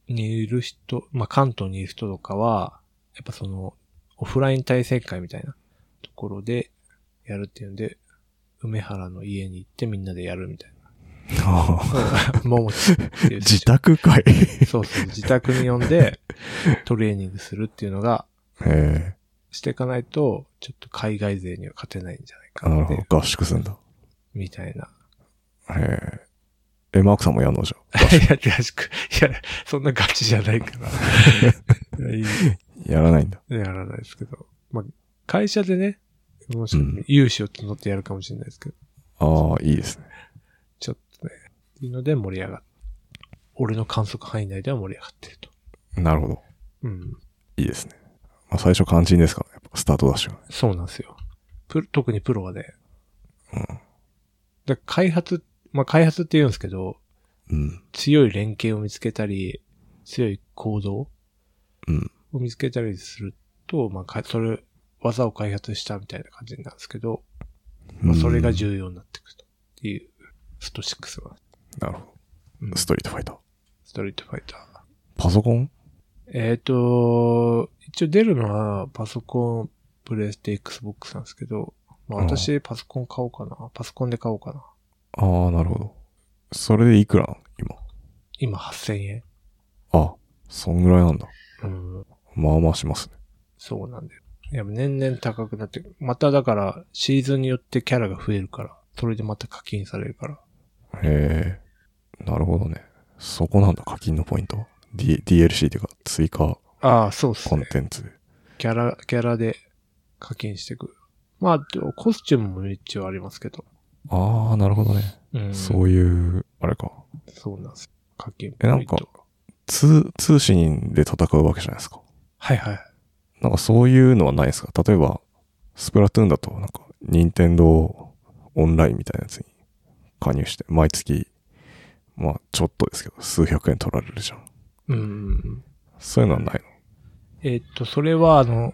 A: にいる人、まあ、関東にいる人とかは、やっぱその、オフライン対戦会みたいなところでやるっていうんで、梅原の家に行ってみんなでやるみたいな。
B: ああ。
A: ももちっていう。
B: 自宅
A: [laughs]
B: 会へ
A: そうそう、自宅に呼んで、トレーニングするっていうのが、
B: え
A: していかないと、ちょっと海外勢には勝てないんじゃないか
B: な
A: な
B: る
A: っていう、
B: ほど。合宿するんだ。
A: みたいな
B: へえ。え、マークさんもやんのじゃ
A: いや、らしく。いや、そんなガチじゃないから。い
B: ん。やらないんだ。
A: ややらないですけど。まあ、会社でね、もしかしたら融資を募ってやるかもしれないですけど、
B: ああ、いいですね。
A: ちょっとね、っていうので盛り上がっ俺の観測範囲内では盛り上がってると。
B: なるほど。
A: うん。
B: いいですね。まあ、最初肝心ですから、やっぱスタートダッシュはね。
A: そうなんですよ。プロ特にプロはね、
B: うん。
A: だから開発、まあ、開発って言うんですけど、
B: うん。
A: 強い連携を見つけたり、強い行動
B: うん。
A: を見つけたりすると、まあか、それ、技を開発したみたいな感じなんですけど、まあ、それが重要になってくると。っていう、スト6は、
B: なるほ
A: うん
B: ど。ストリートファイター。
A: ストリートファイター。
B: パソコン
A: えっ、と、一応出るのはパソコン、プレステ、Xbox なんですけど、まあ
B: うん
A: 私パソコン買おうかな。パソコンで買おうかな。
B: ああ、なるほど。それでいくらなの今。
A: 今8000円。
B: あ、そんぐらいなんだ。
A: うん、
B: まあまあしますね。
A: そうなんだよ。いや、年々高くなってくる。まただから、シーズンによってキャラが増えるから、それでまた課金されるから。
B: へえ。なるほどね。そこなんだ、課金のポイントは。D、DLC っていうか、追加
A: ああ、そうっす
B: コ
A: ね
B: ン。テンツで。
A: キャラ、キャラで課金していく。まあ、でもコスチュームも一応ありますけど。
B: ああ、なるほどね。
A: うん
B: そういう、あれか。
A: そうなんですよ。課金
B: えなんか
A: ポイント
B: 通、通信で戦うわけじゃないですか。
A: はいはい。
B: なんかそういうのはないですか例えば、スプラトゥーンだと、なんか、任天堂オンラインみたいなやつに加入して、毎月、まあ、ちょっとですけど、数百円取られるじゃん。
A: うん。
B: そういうのはない
A: えっと、それはあの、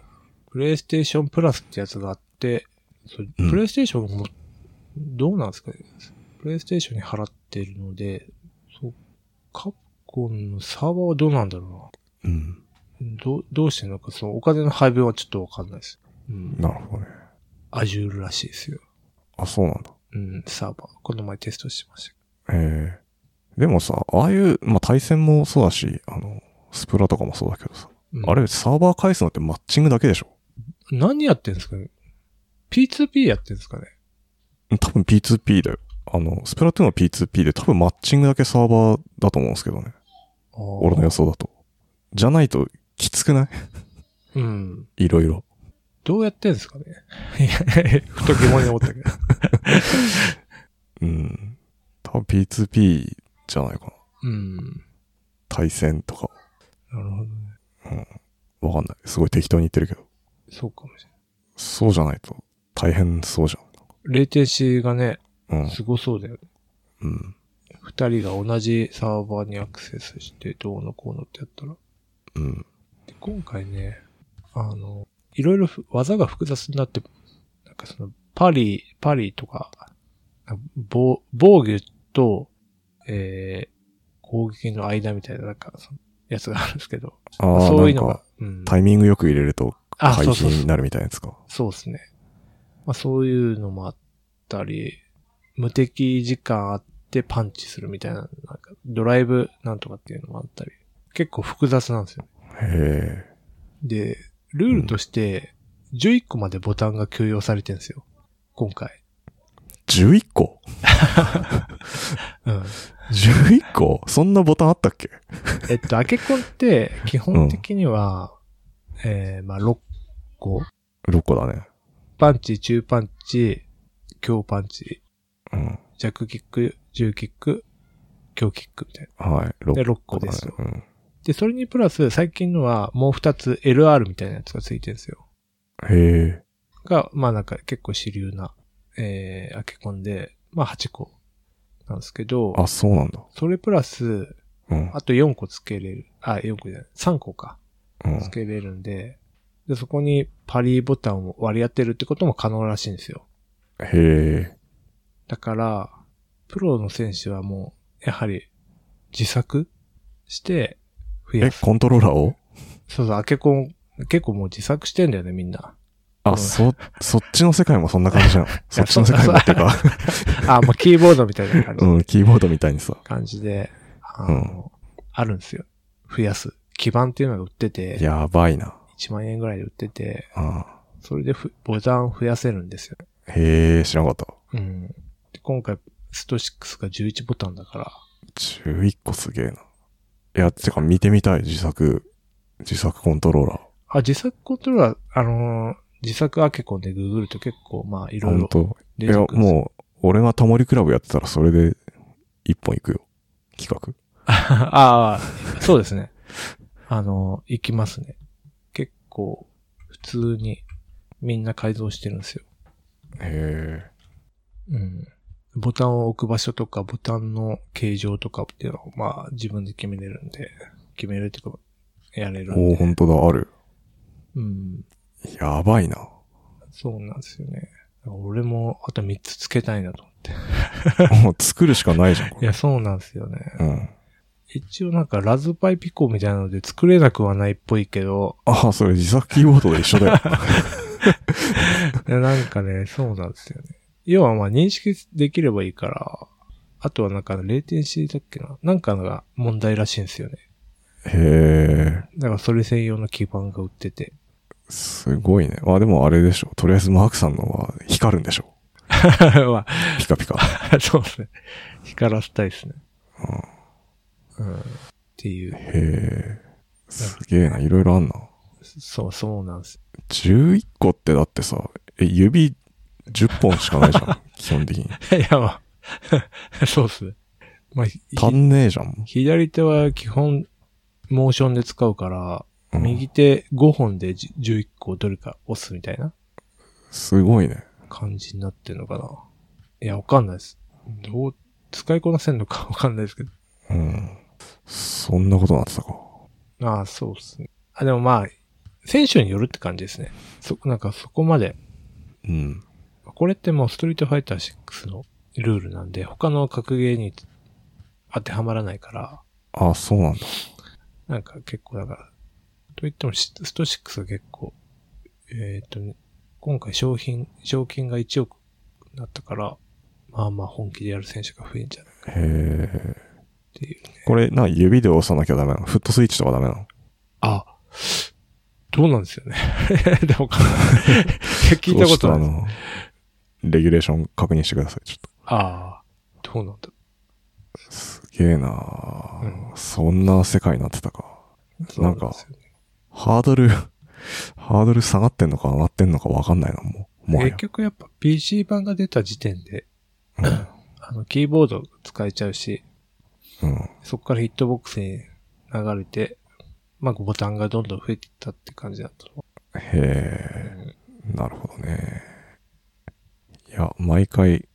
A: プレイステーションプラスってやつがあって、それ
B: うん
A: プレイステーションも、どうなんですかね。プレイステーションに払ってるので、そう、カプコンのサーバーはどうなんだろ
B: の。うん。
A: うな。どう、どうしてんのか、そのお金の配分はちょっとわかんないです。うん。
B: なるほどね。
A: アジュールらしいですよ。
B: あ、そうなんだ。
A: うん、サーバー。この前テストしましたけ
B: ええでもさ、ああいう、まあ、対戦もそうだし、あの、スプラとかもそうだけどさ、
A: ど。うん
B: あれ、サーバー返すのってマッチングだけでしょ
A: 何やってんですかね ?P2P やってんですかね
B: 多分 P2P だよ。あの、スプラトゥーンは P2P で、多分マッチングだけサーバーだと思うんですけどね。俺の予想だと。じゃないと、きつくない [laughs]
A: うん。
B: いろいろ。
A: どうやってん [laughs] ですかねいやふと疑問に思ったけど。
B: うん。多分 P2P じゃないかな。
A: うん。
B: 対戦とか。
A: なるほどね。
B: わかんない。すごい適当に言ってるけど。
A: そうかもしれ
B: そうじゃないと大変そうじ
A: ない。レイテンシーがね、
B: ゃん。うん。
A: すごそうだよね。
B: うん。
A: 二人が同じサーバーにアクセスしてどうのこうのってやったら。
B: うん。
A: で今回ね、あの、いろいろふ技が複雑になって、なんかその、パリ、パリとか、防、防御と、えー、攻撃の間みたいな、なんか、その、やつがあるんですけど、
B: ああ、
A: そういう
B: な
A: の
B: ん
A: が
B: か、、
A: うん。
B: タイミングよく入れると
A: あ、
B: 回
A: そうそ
B: 避
A: うそう
B: になるみたいなやつか。
A: そうですね。まあそういうのもあったり、無敵時間あってパンチするみたいな、なんかドライブなんとかっていうのもあったり、結構複雑なんですよね。
B: へえ。
A: で、ルールとして11個までボタンが許容されてるんですよ。今回。
B: 11個
A: [laughs] うん。
B: ?11 個そんなボタンあったっけ
A: えっと、アケコンって基本的には、えー、まあ6個。
B: ?6 個だね。
A: パンチ、中パンチ、強パンチ、
B: うん。
A: 弱キック、重キック、強キックみたいな。
B: はい。
A: で、
B: 6
A: 6
B: 個
A: 個
B: だ
A: で
B: ね
A: すよ。。
B: うん。
A: で、それにプラス最近のはもう2つ LR みたいなやつがついてるんですよ。
B: へえ。
A: が、まあなんか結構主流な、えー、アケコンで、まあ8個なんですけど、
B: あ、そうなんだ。
A: それプラス、
B: うん。
A: あと4個つけれる。あ、4個じゃない。3個か。
B: うん
A: つ。けれるんで、で、そこにパリボタンを割り当てるってことも可能らしいんですよ。
B: へえ。
A: だから、プロの選手はもう、やはり、自作して、増
B: え
A: や、す。
B: コントローラーを
A: そうそう、アケコン、結構もう自作してんだよね、みんな。うん
B: あ、そ、そっちの世界もそんな感
A: [laughs]
B: じなのそっちの世界もっていうか、
A: あ、まあ、キーボードみたいな感じ。
B: [laughs] うん、キーボードみたいにさ。
A: 感じで、あの、あるんですよ。増やす。基盤っていうのが売ってて、
B: やばいな。
A: 1万円ぐらいで売ってて、
B: うん
A: それでふボタン増やせるんですよ。
B: へえ、知らなかった。
A: うん。で今回、スト6が11ボタンだから、
B: 11個すげえな。いや、てか見てみたい、自作、自作コントローラー。
A: あ、自作コントローラー、あのー自作アケコンでググると結構、まあ、い
B: ほ
A: ろい
B: ん
A: ろ
B: と。
A: 出
B: い
A: て
B: や、
A: くるんですよ。
B: もう、俺がタモリクラブやってたらそれで一本いくよ。企画。
A: [laughs] ああ、そうですね。あのー行きますね。結構、普通に、みんな改造してるんですよ。
B: へ
A: うん。ボタンを置く場所とか、ボタンの形状とかっていうのを、まあ、自分で決めれるんで、決めるっていうか、やれ
B: え。
A: るん
B: おお
A: で。
B: ほんとだ、ある。
A: うん。
B: やばい
A: [laughs]
B: な。
A: そうなんですよね。だから俺も、あと3つつけたいなと思って。
B: もう作るしかないじゃん、こ
A: い
B: れ。
A: や、そうなんですよね。
B: うん。
A: 一応なんか、ラズパイピコみたいなので作れなくはないっぽいけど、 [laughs]
B: ああ、それ自作キーボードで一緒だよ。
A: いやなんかね、そうなんですよね。要はまあ、認識できればいいから、あとはなんか、レイテンシーだっけななんかが問題らしいんですよね。
B: へえ。
A: だから、それ専用の基盤が売ってて。 [laughs]
B: すごいね。まあでもあれでしょ。とりあえずマークさんのは光るんでしょ。
A: ま
B: ピカピカ。
A: あ、 [laughs] そうですね。光らせたいですね。うん。っていう、
B: へえ。すげえな。いろいろあんな。
A: そう、そうなんです。
B: 11個ってだってさ、え、指10本しかないじ
A: [laughs]
B: ゃん。基本的に。
A: [laughs] いや、まあ、 [laughs] そうですね。まあ、ひ
B: 足んねえじゃん。
A: 左手は基本、モーションで使うから、
B: うん
A: 右手5本でじ11個どれか押すみたいな
B: すごいね。
A: 感じになってるのかな。いや、わかんないです。どう、使いこなせんのか [laughs] わかんないですけど。
B: うん。そんなことなってたか。
A: ああ、そうですね。あ、でもまあ、選手によるって感じですね。そ、なんかそこまで、
B: うん。
A: これってもうストリートファイター6のルールなんで、他の格ゲーに当てはまらないから、
B: あ、そうなんだ。
A: なんか結構だから、といってもしスト6は結構、えっ、とね、今回商品、賞金が1億になったから、まあまあ本気でやる選手が増えんじゃないかっ
B: へえ。
A: ていうね。
B: これ、な、指で押さなきゃダメなのフットスイッチとかダメなの
A: あ、どうなんですよね。 [laughs] でもわ
B: [laughs]
A: かんない聞いたことない。
B: そうしたらあのレギュレーション確認してください。ちょっと。
A: ああ、どうなんだ。
B: すげえなそんな世界になってたか。
A: そう
B: なん
A: ですよね
B: ハードル、ハードル下がってんのか上がってんのかわかんないな、もう。もはや
A: 結局やっぱ PC 版が出た時点で、
B: うん
A: あの、キーボード使えちゃうし、
B: うん。
A: そこからヒットボックスに流れて、まあ、ボタンがどんどん増えていったって感じだったの。
B: へえ、なるほどね。いや、毎回、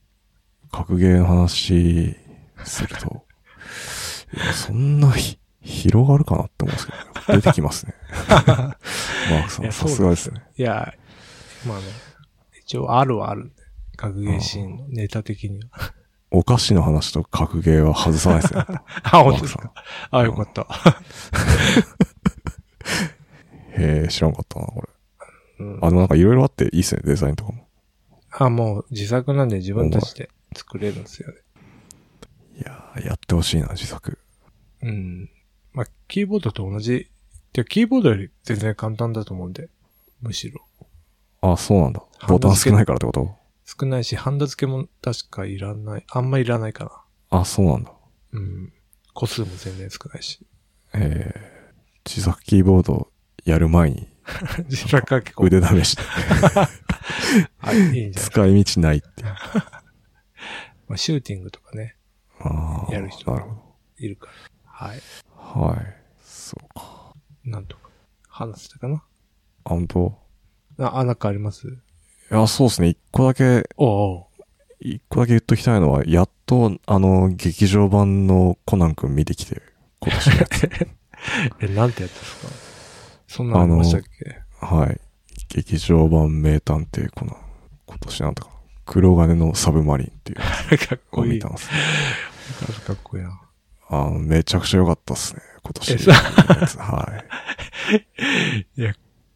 B: 格ゲーの話すると、いやそんなひ広がるかなって思うんですけど、出てき
A: [laughs]
B: ますね。マークさ
A: いや
B: ん、さすがですね。
A: いや、まあね、一応あるはあるんで、格ゲーシーンのネタ的には。
B: お菓子の話と格ゲーは外さないですね。
A: [laughs] あ、
B: マ
A: 本当
B: ー
A: で
B: ク
A: す
B: さ
A: か。
B: ん。
A: あ、よかった。
B: へえ、知らんかったな、これ。
A: うん
B: あ、でもなんかいろいろあっていいですね、デザインとかも。
A: あ、もう自作なんで自分たちで作れるんですよね。
B: いやー、やってほしいな、自作。
A: うん。まあ、キーボードと同じ。てかキーボードより全然簡単だと思うんで、むしろ。
B: あ、そうなんだ。
A: ハン
B: ボ
A: ド
B: タン
A: 付け
B: 少ないからってこと
A: 少ないし、ハンダ付けも確かいらない。あんまいらないか
B: あ、そうなんだ。
A: な。うん。個数も全然少ない [laughs] し。
B: えー、自作キーボードやる前に
A: 自作は結構、
B: 腕
A: [laughs]
B: 試して、
A: あいいんじゃない
B: 使い道ないっていう。
A: まあ、シューティングとかね、
B: あ
A: [laughs]
B: あ、
A: やる人
B: なるほど。
A: いるから。はい。
B: はい。そうか。
A: なんとか。話したかな
B: あ、本当
A: あ、あなんかあります
B: いや、そうですね。一個だけ、
A: おお
B: 一個だけ言っときたいのは、やっと、あの、劇場版のコナン君見てきて、今年のやつ。
A: え、なんてやつですかそんなのありましたっけ
B: はい。劇場版名探偵コナン。今年なんだかな。黒金のサブマリンっていうや
A: かっ
B: つを
A: こい
B: 見
A: い。
B: た
A: か
B: ん
A: っ
B: ですね
A: こいいな。
B: あの、めちゃくちゃ良かったっすね。今年
A: えそう
B: のやつ。はい。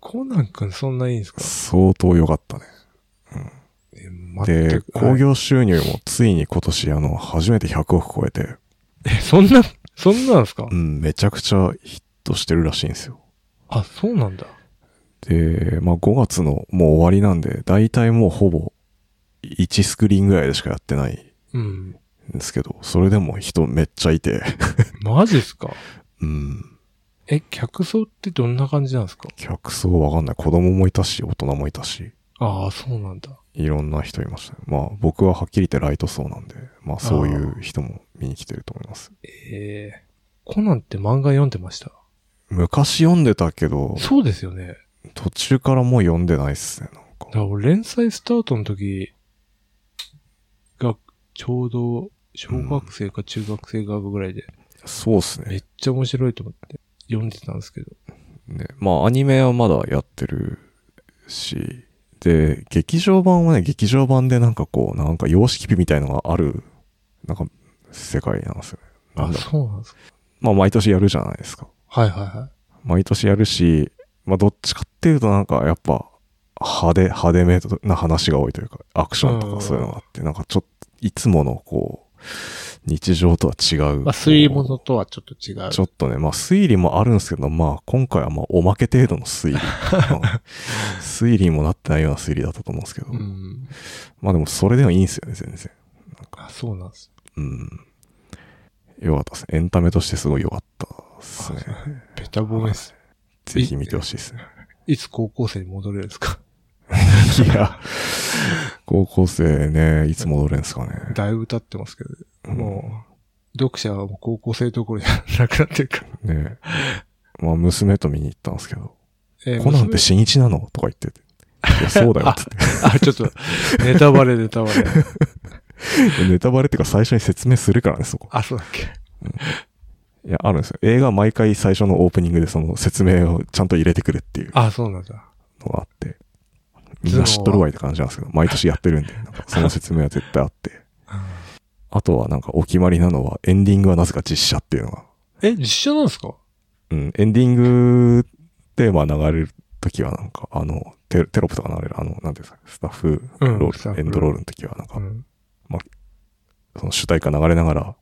A: コナン君そんないいんですか
B: 相当良かったね。
A: え全
B: で
A: く、
B: 興行収入もついに今年、あの、初めて100億超えて、
A: え、 [laughs] そんな、そんなんですか
B: うん、めちゃくちゃヒットしてるらしいんですよ。
A: あ、そうなんだ。
B: で、まあ5月のもう終わりなんで、大体もうほぼ1スクリーンぐらいでしかやってないん
A: うん。
B: ですけど、それでも人めっちゃいて、
A: マジですか
B: うん、
A: え、客層ってどんな感じなんですか
B: 客層わかんない。子供もいたし、大人もいたし、
A: ああ、そうなんだ。
B: いろんな人いましたね。まあ僕ははっきり言ってライト層なんで、まあそういう人も見に来てると思います。
A: ええコナンって漫画読んでました
B: 昔読んでたけど、
A: そうですよね。
B: 途中からもう読んでないっすね、なん
A: だ
B: か。
A: から俺連載スタートの時が、ちょうど、小学生か中学生がぐらいで、
B: そうっすね
A: め。っちゃ面白いと思って読んでたんですけど。
B: ね、まあアニメはまだやってるし、で、劇場版はね、劇場版でなんかこう、なんか様式美みたいのがある、なんか世界なんですよね。なん
A: あ、
B: だろう
A: そうなんですか。
B: まあ毎年やるじゃないですか。
A: はいはいは
B: 毎年やるし、まあどっちかっていうとなんかやっぱ派手、派手めな話が多いというか、アクションと
A: うん
B: かそういうのがあって、なんかちょっと、いつものこう、日常とは違う。
A: い。まあ、推理物とはちょっと違う。
B: ちょっとね、まあ推理もあるんですけど、まあ今回はまあおまけ程度の推 [laughs] 理。まあ推理にもなってないような推理だったと思うんですけど。
A: うん。
B: まあでもそれでもいいんですよね、全然。
A: あ、そうなんです。
B: うん。よかったですね。エンタメとしてすごい良かったですね。
A: ベタ褒めっす。
B: ぜひ見てほしいですね。
A: いつ高校生に戻れるんですか
B: いや、高校生ね、いつ戻れんすかね。
A: だいぶ経ってますけど、もう、読者はもう高校生どころじゃなくなってるから。
B: ね。まあ娘と見に行ったんですけど、
A: え
B: コナンって新一なのとか言ってて。いや、そうだよっつって。
A: 娘あ、ちょっと、ネタバレネタバレ。
B: [laughs] ネタバレっていうか最初に説明するからね、そこ。
A: [laughs] あ、そうだっけ。
B: いや、あるんですよ。映画毎回最初のオープニングでその説明をちゃんと入れてくるっていう
A: あ、そうなんだ。
B: のがあって、みんな知っとるわいって感じなんですけど、毎年やってるんで、なんかその説明は絶対あって。
A: [laughs]
B: あとはなんかお決まりなのは、エンディングはなぜか実写っていうのが。
A: え、実写なんですか
B: うん、エンディングでまあ流れるときはなんか、あの、テロテロップとか流れる、あの、なんていうんですか、スタッフ
A: う
B: ロ
A: ん
B: ー
A: スタ
B: ル、
A: ッフ
B: エンドロールの時はなんか
A: う、ん。
B: その主題歌流れながら、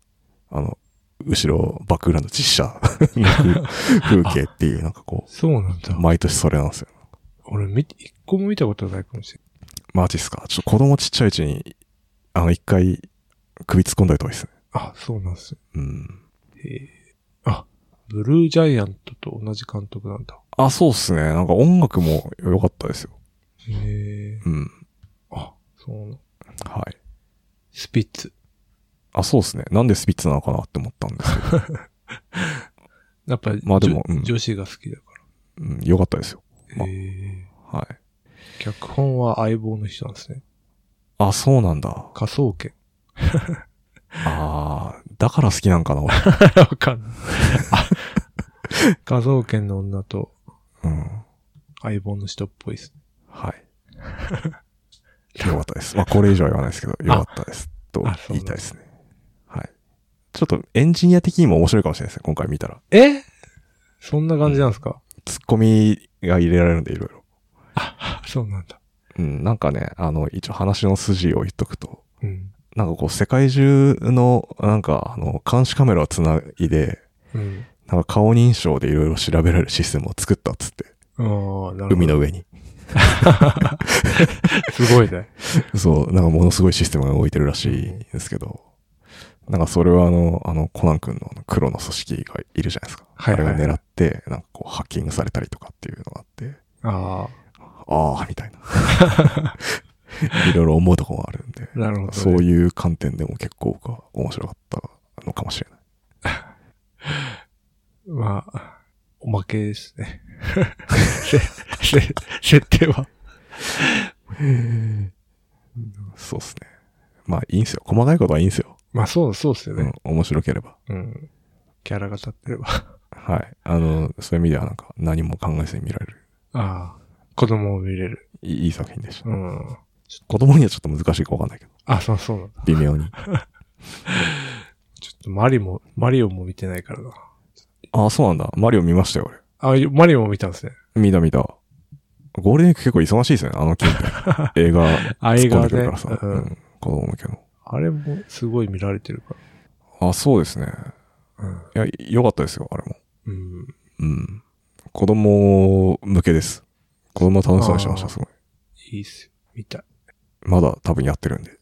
B: あの、後ろ、バックグラウンド実写の風風景っていう、なんかこう、
A: そうなんだ。
B: 毎年それなんですよ。
A: 俺、み、一個も見たことないかもしれ
B: マジっすか。ちょっと子供ちっちゃいうちに、あの、一回、首突っ込んだりとかですね。
A: ない。あ、そうなんです。
B: うん。
A: へえあ、ブルージャイアントと同じ監督なんだ。
B: あ、そうっすね。なんか音楽も良かったですよ。
A: へえ。
B: うん。
A: あ、そうなの。
B: はい。
A: スピッツ。
B: あ、そうですね。なんでスピッツなのかなって思ったんですけど。 [laughs]
A: やっぱり、
B: まあでも
A: 女
B: うん
A: 女子が好きだか
B: うん、よかったですよ。ま
A: ら。
B: あ
A: へえ
B: はい。
A: 脚本は相棒の人なんですね。
B: あ、そうなんだ。
A: 仮想研。
B: ああ、だから好きなんかな、俺。
A: [laughs] わかんない。仮想研の女と
B: うん。
A: 相棒の人っぽいです。
B: はい。よかったです。まあ、これ以上は言わないですけど、よかったです。と
A: あそう
B: 言
A: ないん
B: た
A: だ
B: いですね。はい。ちょっとエンジニア的にも面白いかもしれないですね。今回見たら。
A: えそんな感じなんですか、
B: ツッコミが入れられるんで、いろいろ。
A: そうなんだ。
B: うん、なんかね、あの、一応話の筋を言っとくと、
A: うん。
B: なんかこう、世界中の、なんか、あの、監視カメラをつないで、
A: うん。
B: なんか顔認証でいろいろ調べられるシステムを作ったっつって、
A: ああ、なるほ
B: 海
A: ど。
B: の上に。
A: すごいね。
B: そう、なんかものすごいシステムが動いてるらしいんですけど、なんかそれはあの、あの、コナン君のあの黒の組織がいるじゃないですか。
A: はいはいはい
B: [laughs] あれを狙って、なんかこう、ハッキングされたりとかっていうのがあって、
A: あ
B: ああ、
A: [laughs]
B: みたいな。いろいろ思うとこもあるんで、
A: あ、なるほど、ね。
B: そう
A: う。
B: いう観点でも結構僕は面白かったのかもしれない。
A: まあ、おまけですね。 [laughs] せせ設定は。
B: そうですね。まあいいんすよ。細かいことはいいんすよ。
A: まあそう、そうっすよ
B: う
A: ね
B: ん。、面白ければ。
A: うん。キャラが立ってれば。
B: はい。あの、そういう意味ではなんか何も考えずに見られる。
A: ああ、子供を見れる。
B: いいいい作品でした。
A: うん。
B: 子供にはちょっと難しいかわかんないけど、
A: あ、そうそうなんだ。
B: 微妙に。
A: ちょっとマリも、マリオも見てないからな。
B: [laughs] ああ、そうなんだ。マリオ見ましたよ、俺。
A: あ、よマリオも見たんですね。
B: 見た見た。ゴールデンウィーク結構忙しいですよね、あの近 [laughs] 辺。映画、
A: あ、
B: 突
A: 映
B: っ込ん
A: 画
B: でくる
A: ね
B: からさ。。
A: う
B: うんん、子供向けの。
A: あれもすごい見られてるか
B: あ、そうですね。
A: ら。
B: いや、良かったですよ、あれも。
A: うん。うん。
B: うん。子供向けです。子供楽しそうにしてました、
A: あー
B: すごい。
A: いいっすよ。見たい。
B: まだ多分やってるんで。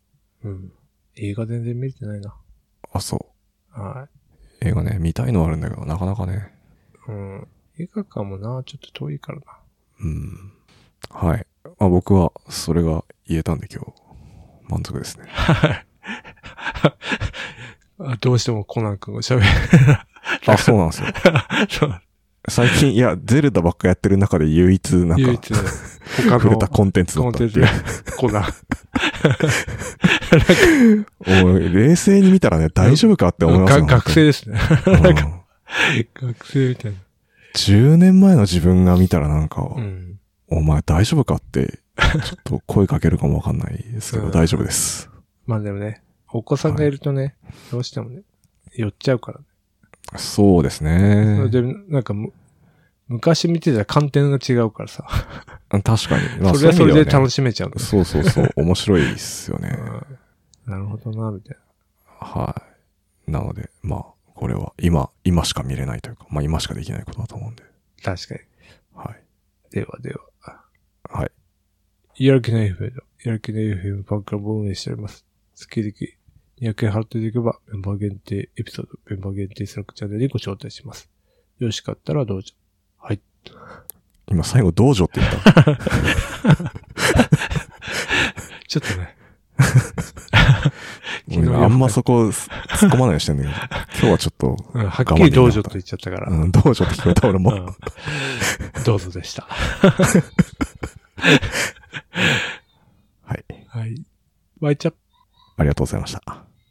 A: うん。映画全然見れてないな。
B: あ、そ
A: は
B: う。映画ね、見たいのはあるんだけど、なかなかね。
A: い。うん。映画館もな、ちょっと遠いからな。
B: うん。はい。まあ、僕は、それが言えたんで今日、満
A: [laughs]
B: 足ですね。
A: あどうしてもコナン君が喋る。
B: あ、そうなんですよ。
A: そう
B: 最近、いや、ゼルダばっかやってる中で唯一、なん
A: 唯
B: か、
A: 一、他
B: 触れた
A: の
B: コンテンツだ
A: コ
B: っ
A: ン
B: た
A: テ
B: っ
A: ンツ
B: ていう
A: が。コナン。
B: おい冷静に見たらね、大丈夫かって思いますよ。
A: が学生ですね。
B: 本当に、うん
A: 学生みたいな。
B: 10年前の自分が見たらなんか、
A: うん。
B: お前大丈夫
A: [laughs]
B: かって、ちょっと声かけるかもわかんないですけど、
A: うん
B: 大丈夫です。
A: まあでもね、お子さんがいるとね、どうしてもね、寄っちゃうから、ね。
B: そうです
A: それ
B: ね。
A: で、なんかむ、昔見てた観点が違うからさ。
B: 確かに。まあ
A: それはそれで楽
B: し
A: しめちゃうんだ、
B: そうそうそう、面白いですよね。
A: なるほどな、みたい
B: はい。なので、まあ、これは今、今しか見れないというか、まあ今しかできないことだと思うんで。
A: な。確かに。
B: はい。
A: ではでは。
B: はい。
A: やる気ない FM の、やる気ない FM ファンクラブを運営しております。月々200円払っていただければ、メンバー限定エピソード、メンバー限定スラックチャンネルにご招待します。よろしかったらどうぞ。はい。
B: 今最後、道場って
A: [laughs]
B: 言った。
A: ちょっとね。昨日
B: 俺あんまそこ、突っ込まないようにしてんだけど、今日はちょっと、
A: うんはっきり道場と言っちゃったから。
B: うん、道場って聞こえた俺
A: う
B: も。
A: んどうぞでした。
B: はい。
A: はい。ワイチャップ
B: ありがとうございました。